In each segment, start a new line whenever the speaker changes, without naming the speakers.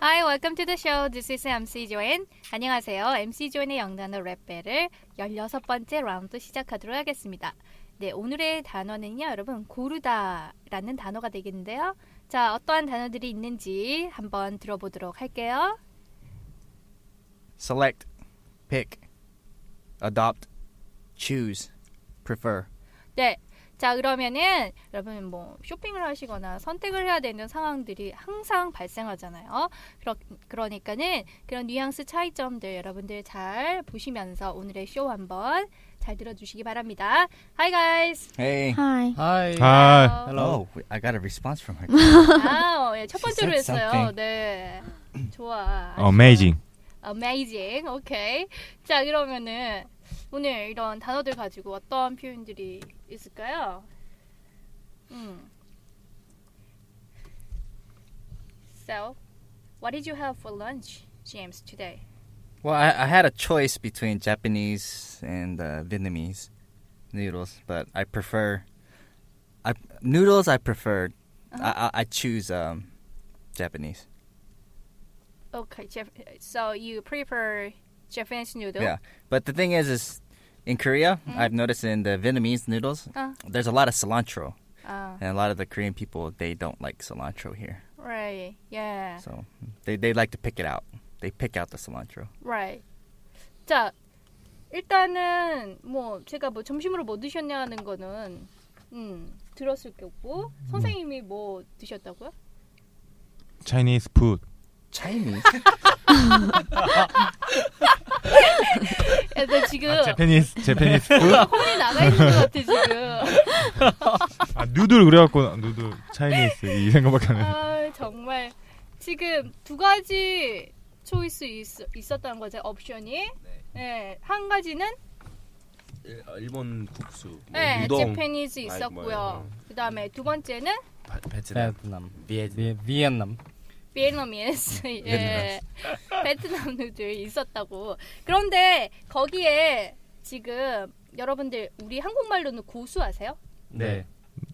Hi, welcome to the show. This is MC Joanne. 안녕하세요. MC Joanne의 영단어 랩벨을 16번째 라운드 시작하도록 하겠습니다. 네, 오늘의 단어는요, 여러분, 고르다라는 단어가 되겠는데요. 자, 어떠한 단어들이 있는지 한번 들어보도록 할게요.
select, pick, adopt, choose, prefer.
네. 자, 그러면은 여러분 뭐 쇼핑을 하시거나 선택을 해야 되는 상황들이 항상 발생하잖아요. 그러, 그러니까는 그런 뉘앙스 차이점들 여러분들 잘 보시면서 오늘의 쇼 한번 잘 들어주시기 바랍니다. Hi guys. 어,
Hey.
Hi.
Hi.
아.
Hi.
Hello. Oh, I got a response from her.
아, 예, 첫
She
번째로
said
했어요.
something. 어,
네. 좋아.
Amazing.
Amazing. 오케이. 자, 그러면은 오늘 이런 단어들 가지고 어떤 표현들이 있을까요? 음. So, what did you have for lunch, James, today?
well, I, I had a choice between Japanese and uh, Vietnamese noodles, but I prefer I noodles. I prefer. I, I I choose um, Japanese.
Okay, Jap- so you prefer Japanese noodle?
Yeah, but the thing is, is in Korea, I've noticed in the Vietnamese noodles,
Uh.
there's a lot of cilantro,
Ah,
and a lot of the Korean people they don't like cilantro here.
right. Yeah.
So they they like to pick it out. They pick out the cilantro.
Right. 자, 일단은 뭐 제가 뭐 점심으로 뭐 드셨냐는 거는 음, 들었을 거고
음.
선생님이 뭐 드셨다고요?
Chinese food.
Chinese.
야, 나 아, 네, 지금
아,
Japanese Japanese food.
콩이 나가 있는 것 같아 지금.
아 누들 그래갖고 누들 Chinese 이 생각밖에 안 해.
아 정말 지금 두 가지 초이스 있, 있었다는 거죠 옵션이. 네. 한 가지는
일본 국수. 뭐
네,
유동.
재패니즈
아이,
있었고요.
뭐야.
그다음에 두 번째는
바- 베트남.
베트남
비에
비, 비엔남
베트남이스 예 베트남 누들 있었다고 그런데 거기에 지금 여러분들 우리 한국말로는 고수 아세요?
네.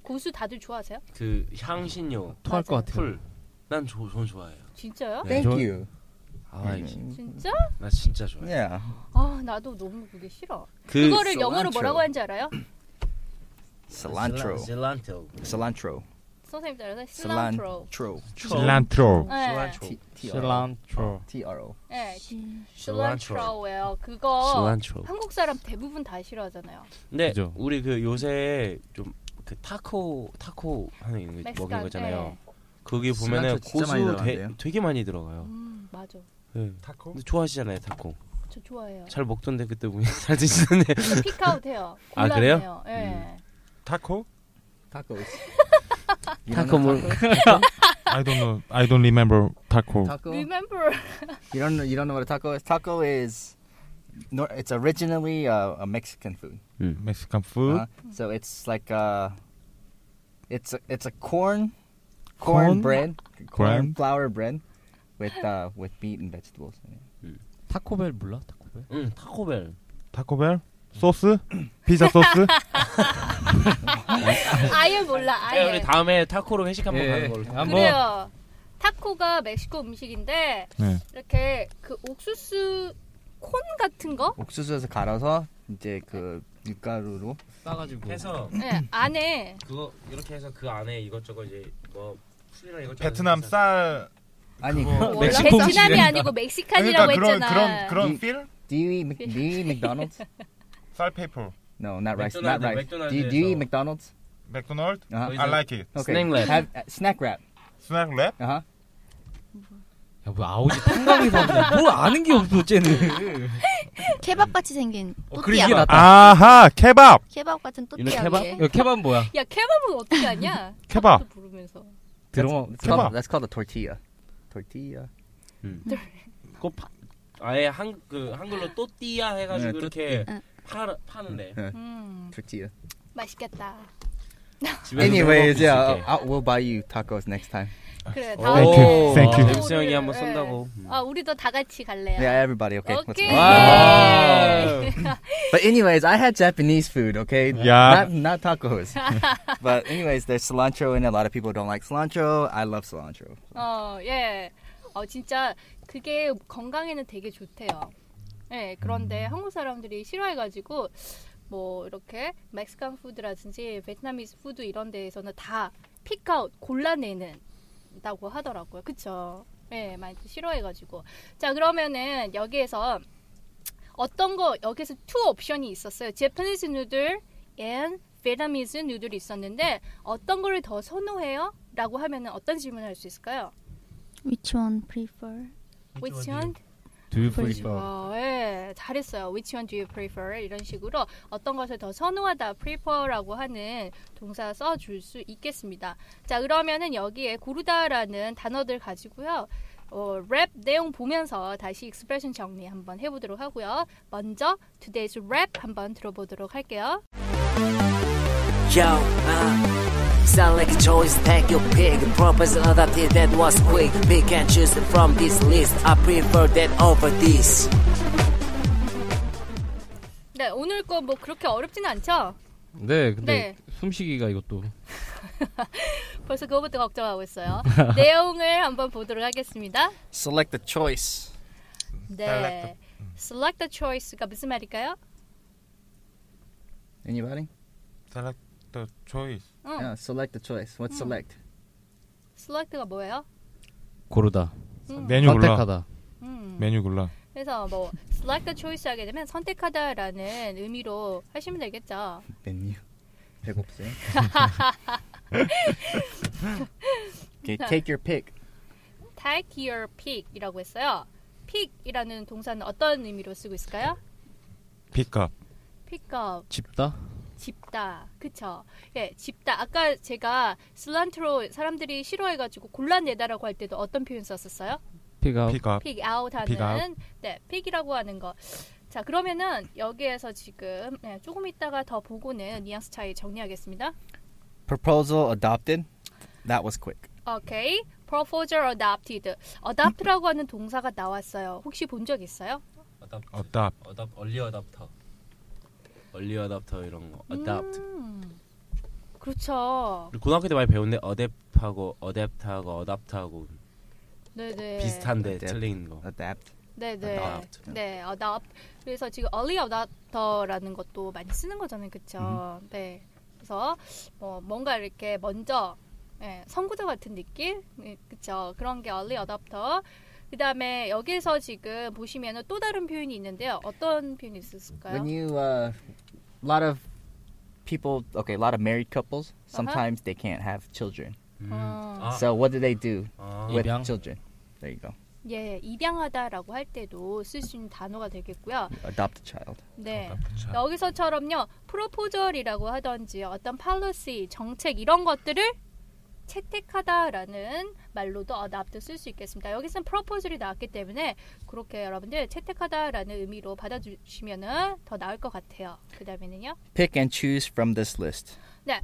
고수 다들 좋아하세요?
그 향신료
토할 것 같아요.
풀. 난 조, 전 좋아해요.
진짜요?
네.
Thank
Jo-
you.
하와이.
진짜?
나 진짜 좋아해.
Mm, Yeah.
아 나도 너무 그게 싫어.
그
그거를 영어로
cilantro.
뭐라고 하는지 알아요?
Cilantro.
질란테오.
Cilantro.
선생님 따라서 실란트로.
Cilantro.
cilantro.
네,
실란트로.
실란트로
T R O.
네,
실란트로.
실란트로예요. 그거
실란트로.
한국 사람 대부분 다 싫어하잖아요.
근데
그죠.
우리 그 요새 좀 그 타코 타코 하는 거
멕시칸,
먹는 거잖아요.
네.
거기
실란트로
보면은
진짜 많이
고수 되,
들어간대요.
되게 많이 들어가요.
음 맞아.
네.
타코
근데 좋아하시잖아요 타코.
저 좋아해요.
잘 먹던데 그때 보면 잘 드시던데.
근데 픽아웃해요.
아, 그래요? 음.
곤란해요. 예.
타코
Tacos.
타코 뭐
I don't know. I don't remember taco.
Taco. You
Remember.
don't know. You don't know what a taco is. Taco is. nor- It's originally uh, a Mexican food.
Mexican food.
Uh-huh. So it's like uh, it's a, it's a corn,
Corn?
corn bread, corn
Corn?
flour bread, with uh, with meat and vegetables. in it.
타코벨 몰라 타코벨
응 타코벨.
타코벨 소스? 피자 소스?
아예 몰라.
야,
아예.
네, 우리 다음에 뭐. 타코로 회식 한번
예,
가는 걸로.
예. 한번.
그래요. 타코가 멕시코 음식인데
네.
이렇게 그 옥수수 콘 같은 거
옥수수에서 갈아서 이제 그 밀가루로
싸가지고
해서
네, 안에
그거 이렇게 해서 그 안에 이것저것 이제 뭐 풀이랑 이것저것
베트남
해서
쌀.
아니
그거
그-
몰라.
멕시코
베트남이
음식이래.
아니고 멕시칸이라고
그러니까 그런
했잖아.
그런 그런
이-
필?
Do you eat Mc, do you eat McDonald's?
쌀 페이퍼.
No, not rice. Not
McDonald's,
rice. Do you, do you eat McDonald's?
맥도날드.
아.
Uh-huh.
I like it.
Okay.
Snack wrap.
Have, uh, snack wrap.
스낵 랩.
Uh huh.
야뭐 아오지 탕감이 봤네 뭘 아는 게 없어 쟤는
케밥 같이 생긴
어, 그래
또띠아.
이게 낫다
아하 케밥.
케밥 같은
이런
또띠아
케밥?
위에.
이거 케밥 뭐야
예. 야 케밥은 어떻게 하냐?
케밥.
타코도 부르면서.
들어
That's called,
Kebab.
that's called a tortilla. Tortilla.
그거 파, 아예 한 그 한글로 또띠아 해가지고
네,
이렇게
또띠아.
파 파는데
네.
음.
Tortilla.
맛있겠다.
집에서
Anyways,
해 먹을
yeah,
수 있게.
I, we'll buy you tacos next time.
그래 다음
Thank you, thank you.
아, 냄새 형이 한번 쏜다고.
아 우리도 다 같이 갈래요.
Yeah, everybody. Okay. let's
오케이.
go.
네.
But anyways, I had Japanese food. Okay.
Yeah.
Not, not tacos. but anyways, there's cilantro, and a lot of people don't like cilantro. I love cilantro.
어, 예. 어, 진짜 그게 건강에는 되게 좋대요. 예, 그런데 한국 사람들이 싫어해가지고 뭐 이렇게 멕시칸 푸드라든지 베트남이즈 푸드 이런 데에서는 다 픽아웃 골라내는다고 하더라고요. 그쵸? 예, 많이 싫어해가지고. 자, 그러면은 여기에서 어떤 거 여기서 투 옵션이 있었어요. Japanese noodle and Vietnamese noodle이 있었는데 어떤 거를 더 선호해요? 라고 하면은 어떤 질문을 할 수 있을까요?
Which one prefer?
Which one?
Do you prefer?
어, 예, 잘했어요. Which one do you prefer? 이런 식으로 어떤 것을 더 선호하다, prefer라고 하는 동사 써줄 수 있겠습니다. 자, 그러면은 여기에 고르다라는 단어들 가지고요. 어, 랩 내용 보면서 다시 익스프레션 정리 한번 해보도록 하고요. 먼저 today's rap 한번 들어보도록 할게요.
Yo, uh, sound like a choice, take your pick. Propose another thing that was quick. Pick and choose from this list. I prefer that over this.
네, 오늘 거 뭐 그렇게 어렵진 않죠?
네,
네.
근데 숨쉬기가 이것도
벌써 그거부터 걱정하고 있어요. 내용을 한번 보도록 하겠습니다.
Select the choice.
네. Select the choice가 무슨 말일까요?
Anybody?
Select the choice.
응.
Yeah. Select the choice. What's select?
어, select가 뭐예요?
고르다,
음.
메뉴 골라.
선택하다.
음.
메뉴 골라.
그래서 뭐 select the choice 하게 되면 선택하다라는 의미로 하시면 되겠죠.
Menu. 배고프세요? okay. Take your pick.
Take your pick이라고 했어요. pick이라는 동사는 어떤 의미로 쓰고 있을까요?
픽업.
pick up,
집다.
집다, 그쵸? 예, 집다. 아까 제가 cilantro 사람들이 싫어해가지고 골라내다라고 할 때도 어떤 표현 썼었어요?
픽업.
픽업.
픽 아웃하는
픽 아웃.
네 픽이라고 하는 거. 자 그러면은 여기에서 지금 네, 조금 있다가 더 보고는 뉘앙스 차이 정리하겠습니다.
Proposal adopted. That was quick.
오케이. Proposal adopted. adopt라고 하는 동사가 나왔어요. 혹시 본 적 있어요?
어답.
어답 얼리 어답터. 얼리 어답터 이런 거. 어답트.
음, 그렇죠.
우리 고등학교 때 많이 배웠는데 어댑하고 어댑트하고 어답트하고
네네.
비슷한데
어댑.
틀린 거.
Adapt.
네네.
adopt.
네, adopt. 그래서 지금 early adopter라는 것도 많이 쓰는 거잖아요, 그렇죠? 네. 그래서 뭐 뭔가 이렇게 먼저 예, 선구자 같은 느낌, 네, 그렇죠? 그런 게 early adopter. 그다음에 여기서 지금 보시면은 또 다른 표현이 있는데요. 어떤 표현이 있을까요?
When you, uh, a lot of people, okay, a lot of married couples, sometimes they can't have children.
음.
어.
So what do they do
아.
with
입양.
children? There you go.
예, 입양하다라고 할 때도 쓸 수 있는 단어가 되겠고요.
You adopt a child.
네. 여기서처럼요. 프로포절이라고 하던지 어떤 팔러시, 정책 이런 것들을 채택하다라는 말로도 어답트 쓸 수 있겠습니다. 여기서는 프로포절이 나왔기 때문에 그렇게 여러분들 채택하다라는 의미로 받아주시면은 더 나을 것 같아요. 그 다음에는요.
Pick and choose from this list.
네.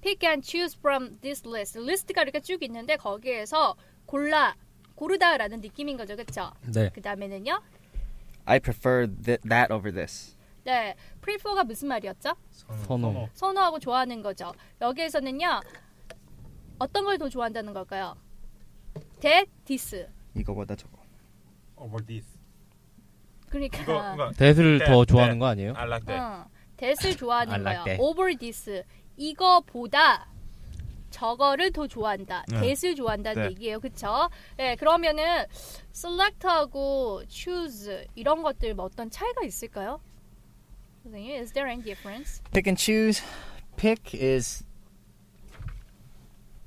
Pick and choose from this list. 리스트가 이렇게 쭉 있는데 거기에서 골라, 고르다라는 느낌인 거죠. 그쵸?
네.
그 다음에는요.
I prefer th- that over this.
네. prefer가 무슨 말이었죠?
선호.
선호하고 좋아하는 거죠. 여기에서는요. 어떤 걸 더 좋아한다는 걸까요? 대 디스.
이거보다 저거.
Over this.
그러니까
대를
네,
더
네.
좋아하는 거 아니에요?
I like that.
어, 대스를 좋아하는
I
거예요.
like that.
over this. 이거보다 저거를 더 좋아한다.
네.
대스를 좋아한다는
네.
얘기예요. 그렇죠? 네, 그러면은 select하고 choose 이런 것들 뭐 어떤 차이가 있을까요? 선생님, is there any difference?
Pick and choose. Pick is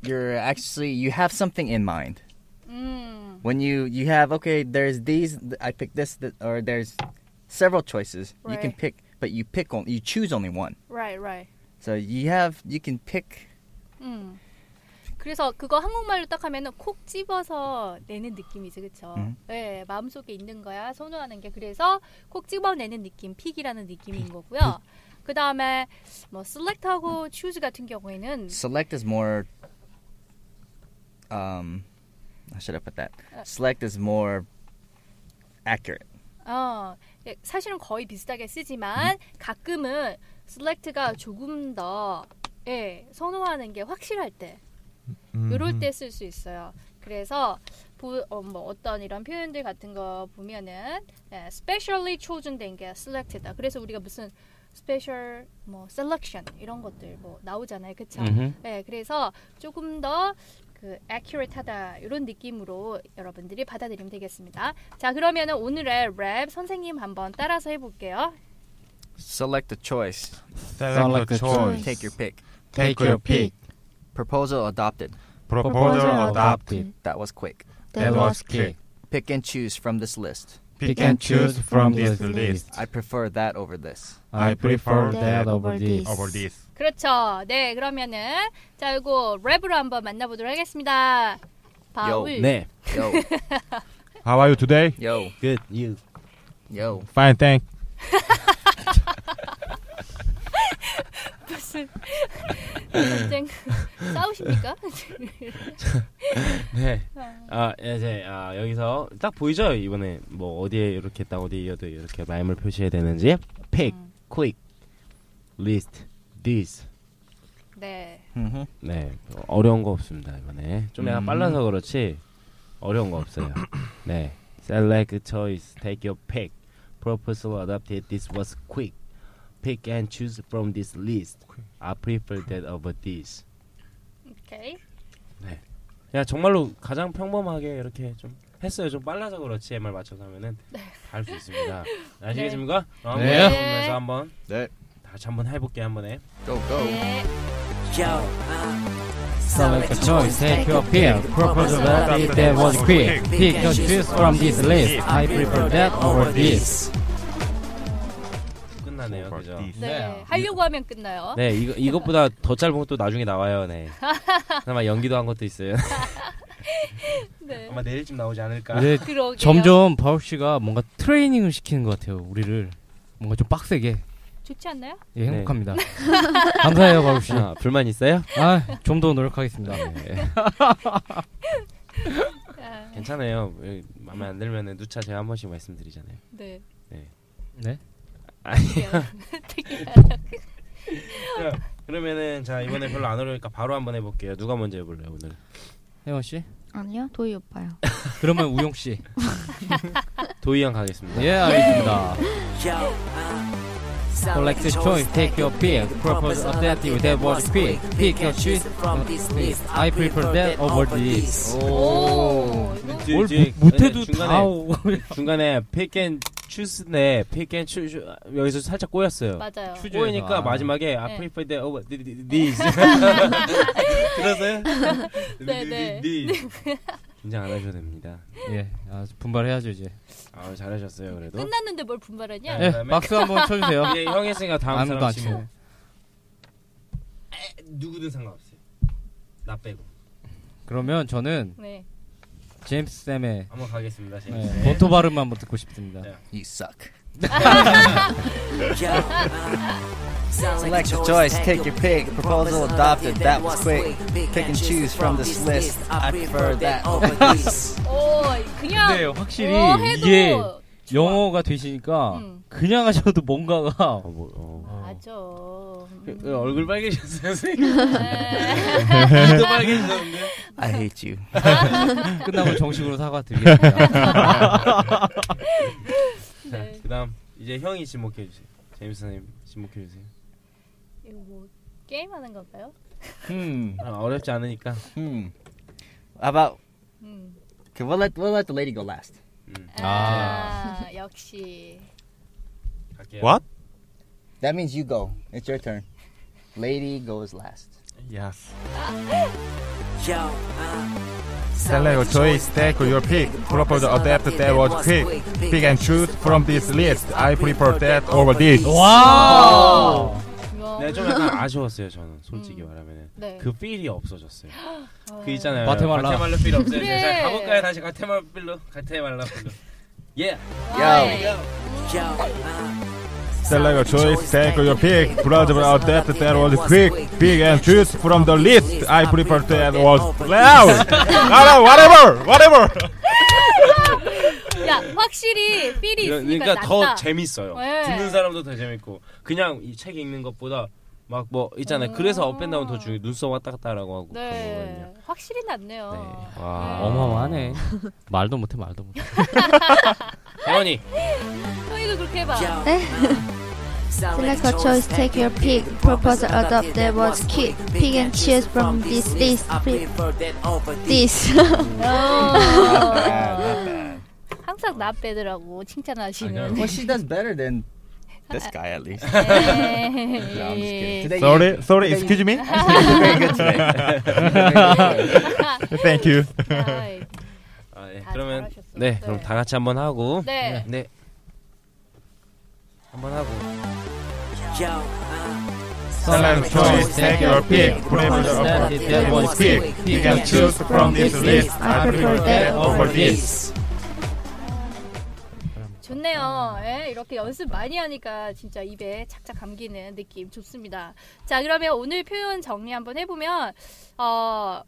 you're actually you have something in mind.
음.
When you you have okay, there's these th- I pick this th- or there's several choices. You can
Right.
pick, but you pick on you choose only one.
right, right.
So you have you can pick
음. 그래서 그거 한국말로 딱 하면은 콕 집어서 내는 느낌이지, 그쵸?
음.
네, 마음속에 있는 거야, 선호하는 게. 그래서 콕 집어내는 느낌, 픽이라는 느낌인 거고요. 그 다음에 뭐 select하고 choose 같은 경우에는
Select is more. Um, how should I put that?
Uh.
Select is more accurate.
어, 예, 사실은 거의 비슷하게 쓰지만 가끔은 select가 조금 더 예, 선호하는 게 확실할 때 이럴 때 쓸 수 있어요. 그래서 보, 어, 뭐 어떤 이런 표현들 같은 거 보면은 예, specially chosen 된 게 select다. 그래서 우리가 무슨 special 뭐 selection 이런 것들 뭐 나오잖아요, 그쵸
음흠.
네, 그래서 조금 더 그 accurate하다 이런 느낌으로 여러분들이 받아들이면 되겠습니다. 자, 그러면은 오늘의 랩 선생님 한번 따라서 해볼게요.
Select a choice.
Select the choice.
Take your pick.
Take your pick.
Proposal adopted.
Proposal adopted.
That was quick.
That was quick.
Pick and choose from this list.
Pick and choose from this list.
I prefer that over this.
I prefer that over this.
Over this.
그렇죠. 네, 그러면은 자, 이거 랩으로 한번 만나보도록 하겠습니다. 바울.
네.
Yo,
How are you today?
yo,
Good. You.
yo.
Fine, thank.
무슨 전쟁 싸우십니까?
네. 아 이제 아, 여기서 딱 보이죠 이번에 뭐 어디에 이렇게 딱 어디에 이어도 이렇게 마임을 표시해야 되는지. Pick, quick, list, this.
네.
Mm-hmm.
네. 어려운 거 없습니다 이번에. 좀 내가
음.
빨라서 그렇지 어려운 거 없어요. 네. Select choice, take your pick. Proposal adopted. This was quick. Pick and choose from this list. I prefer that over this.
오케이.
야 정말로 가장 평범하게 이렇게 좀 했어요. 좀 빨라서 그렇지 MR 맞춰서 하면은 할 수 있습니다. 아시겠습니까? 한번
네.
해보면서 한번
네.
다시 한번 해볼게 한 번에.
Go, go.
네.
Yo, uh,
Select a choice, take your pick. Proposal adopted. That was quick. Pick and choose from this list. I prefer that over this.
끝나네요, 그죠?
네. 하려고 하면 끝나요.
네, 이거 이것보다 더 짧은 것도 나중에 나와요. 네. 그나마 연기도 한 것도 있어요.
네.
아마 내일쯤 나오지 않을까.
이제
그러게요.
네, 점점 바울 씨가 뭔가 트레이닝을 시키는 것 같아요. 우리를 뭔가 좀 빡세게.
좋지 않나요?
네.
예, 행복합니다. 감사해요, 바울 씨.
아, 불만 있어요?
아, 좀 더 노력하겠습니다.
네.
아,
괜찮아요. 왜 마음에 안 들면은 누차 제가 한 번씩 말씀드리잖아요.
네.
네.
그러면은 자 이번에 별로 안 어려우니까 바로 한번 해볼게요. 누가 먼저 해볼래요 오늘?
혜원 씨.
아니요, 도희 오빠요.
그러면 우용 씨.
도희 형 가겠습니다.
예, 알겠습니다.
Yo, uh,
Select a choice, take your pick. Proposal adopted. That was quick. Pick and choose from this list. I prefer that over this.
어, Oh.
오. 이거
뒤에,
뭘
뒤에
못- 못해도
중간에,
다 오-
중간에 픽앤 추스네 픽앤 추 여기서 살짝 꼬였어요.
맞아요.
추-
꼬이니까
아.
마지막에
네.
I prefer that over th- th- this. 들었어요?
네, 네.
this. 긴장 안 하셔도 됩니다.
예, 아, 분발해야죠 이제.
아 잘하셨어요 그래도.
끝났는데 뭘 분발하냐?
네,
예,
그다음에-
박수 한번 쳐주세요.
이제 형 했으니까 다음
아무도
사람
안
치고
치고.
에, 누구든 상관없어요. 나 빼고
그러면 저는
네.
제임스 쌤의
한번 가겠습니다.
네,
재밌어요.
본토 발음 한번 듣고 싶습니다.
네.
You suck.
Yo, uh,
Select a choice, take your pick. Proposal adopted. That was quick. Pick and choose from this list. I prefer that over this.
오, 어, 그냥
근데 확실히
어, 해도
이게
좋아.
영어가 되시니까
음.
그냥 하셔도 뭔가가
어, 뭐, 어.
맞아. 음.
왜 그, 얼굴 빨개졌어요 선생님.
네.
눈도 빨개지셨는데.
I hate you.
끝나고 정식으로 사과드리겠습니다.
자,
네.
그다음 이제 형이 지목해 주세요. 제임스 선생님 지목해 주세요.
이거 뭐 게임하는 건가요?
Hmm.
아, 어렵지 않으니까.
Hmm. How about? Hmm.
음.
Okay, we'll let we'll let the lady go last.
음,
아, 역시.
갈게요.
What?
That means you go. It's your turn. Lady goes last.
Yes.
Yo, uh,
Select your choice, take your pick. Proposal adopted. That was quick. Pick and choose from this list. I prefer that over this.
와!
이거.
네, 좀 약간 아쉬웠어요 저는 솔직히 말하면
네.
그 필이 없어졌어요.
어.
그 있잖아요.
과테말라.
과테말라 필 없어요.
그래.
자, 가볼까요 다시 과테말라 필로. 과테말라 필로. 예.
네.
Yo.
yo, uh,
Select a choice, take your pick. Browse about that that was quick, big and choose from the list. I prefer that was loud. 알아, whatever, whatever.
야, 확실히 필이
이런-
있으니까
그러니까 더
낫다.
재밌어요.
네.
듣는 사람도 더 재밌고 그냥 이 책 읽는 것보다 막 뭐 있잖아요. 그래서 업앤다운 더 중요. 눈썹 왔다 갔다라고 하고 그런 거거든요.
네, 아. 확실히 낫네요.
네. 와.
어마어마하네. 말도 못해 말도 못해.
혜원이
아, 네.
네.
소희도 그렇게 해봐.
Select a choice, take your pick. Proposal adopt that was quick. Pick and choose from this list. Pre- this.
항상 나 빼더라고 칭찬하시는.
Well, she does better than this guy at least.
네.
그
No, I'm just kidding. Today
Sorry,
you- today
sorry,
you-
excuse me.
You're very good today.
Thank you.
아이,
아, 예.
다
그러면
잘하셨어요.
네,
네.
그럼 다 같이 한번 하고
네.
네. 한번 하고
Select a choice, take your pick. Browse about that was quick, big and choose from this Mm, list. I prefer that over this.
아.
좋네요. 예, 이렇게 연습 많이 하니까 진짜 입에 착착 감기는 느낌 좋습니다. 자, 그러면 오늘 표현 정리 한번 해보면, 어,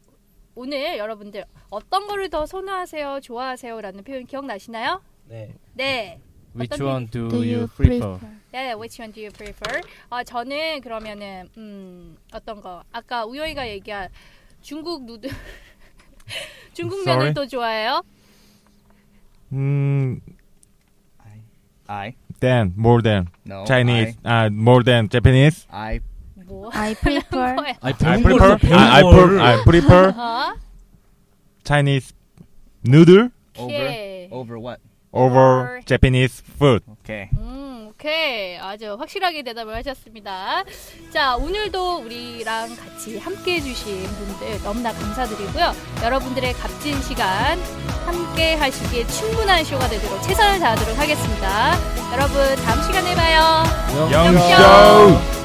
오늘 여러분들 어떤 거를 더 선호하세요, 좋아하세요? 라는 표현 기억나시나요?
네.
네.
Which
어떤
one do
Do
you
you
prefer?
네, which one do you prefer? 아, 저는 그러면은, 음, 어떤 거. 아까 우영이가 얘기한 중국 누들, 중국
Sorry?
면을 또 좋아해요?
Mm,
I
then more than
no
Chinese, uh, more than Japanese.
I, I
뭐?
I prefer.
뭐야?
I
I prefer, I, I, per, I prefer
어?
Chinese noodle
over
오케이.
over what?
over Japanese food.
Okay.
음, 오케이. 아주 확실하게 대답을 하셨습니다. 자, 오늘도 우리랑 같이 함께 해주신 분들 너무나 감사드리고요. 여러분들의 값진 시간 함께 하시기에 충분한 쇼가 되도록 최선을 다하도록 하겠습니다. 여러분, 다음 시간에 봐요.
Young
Young
show.
show.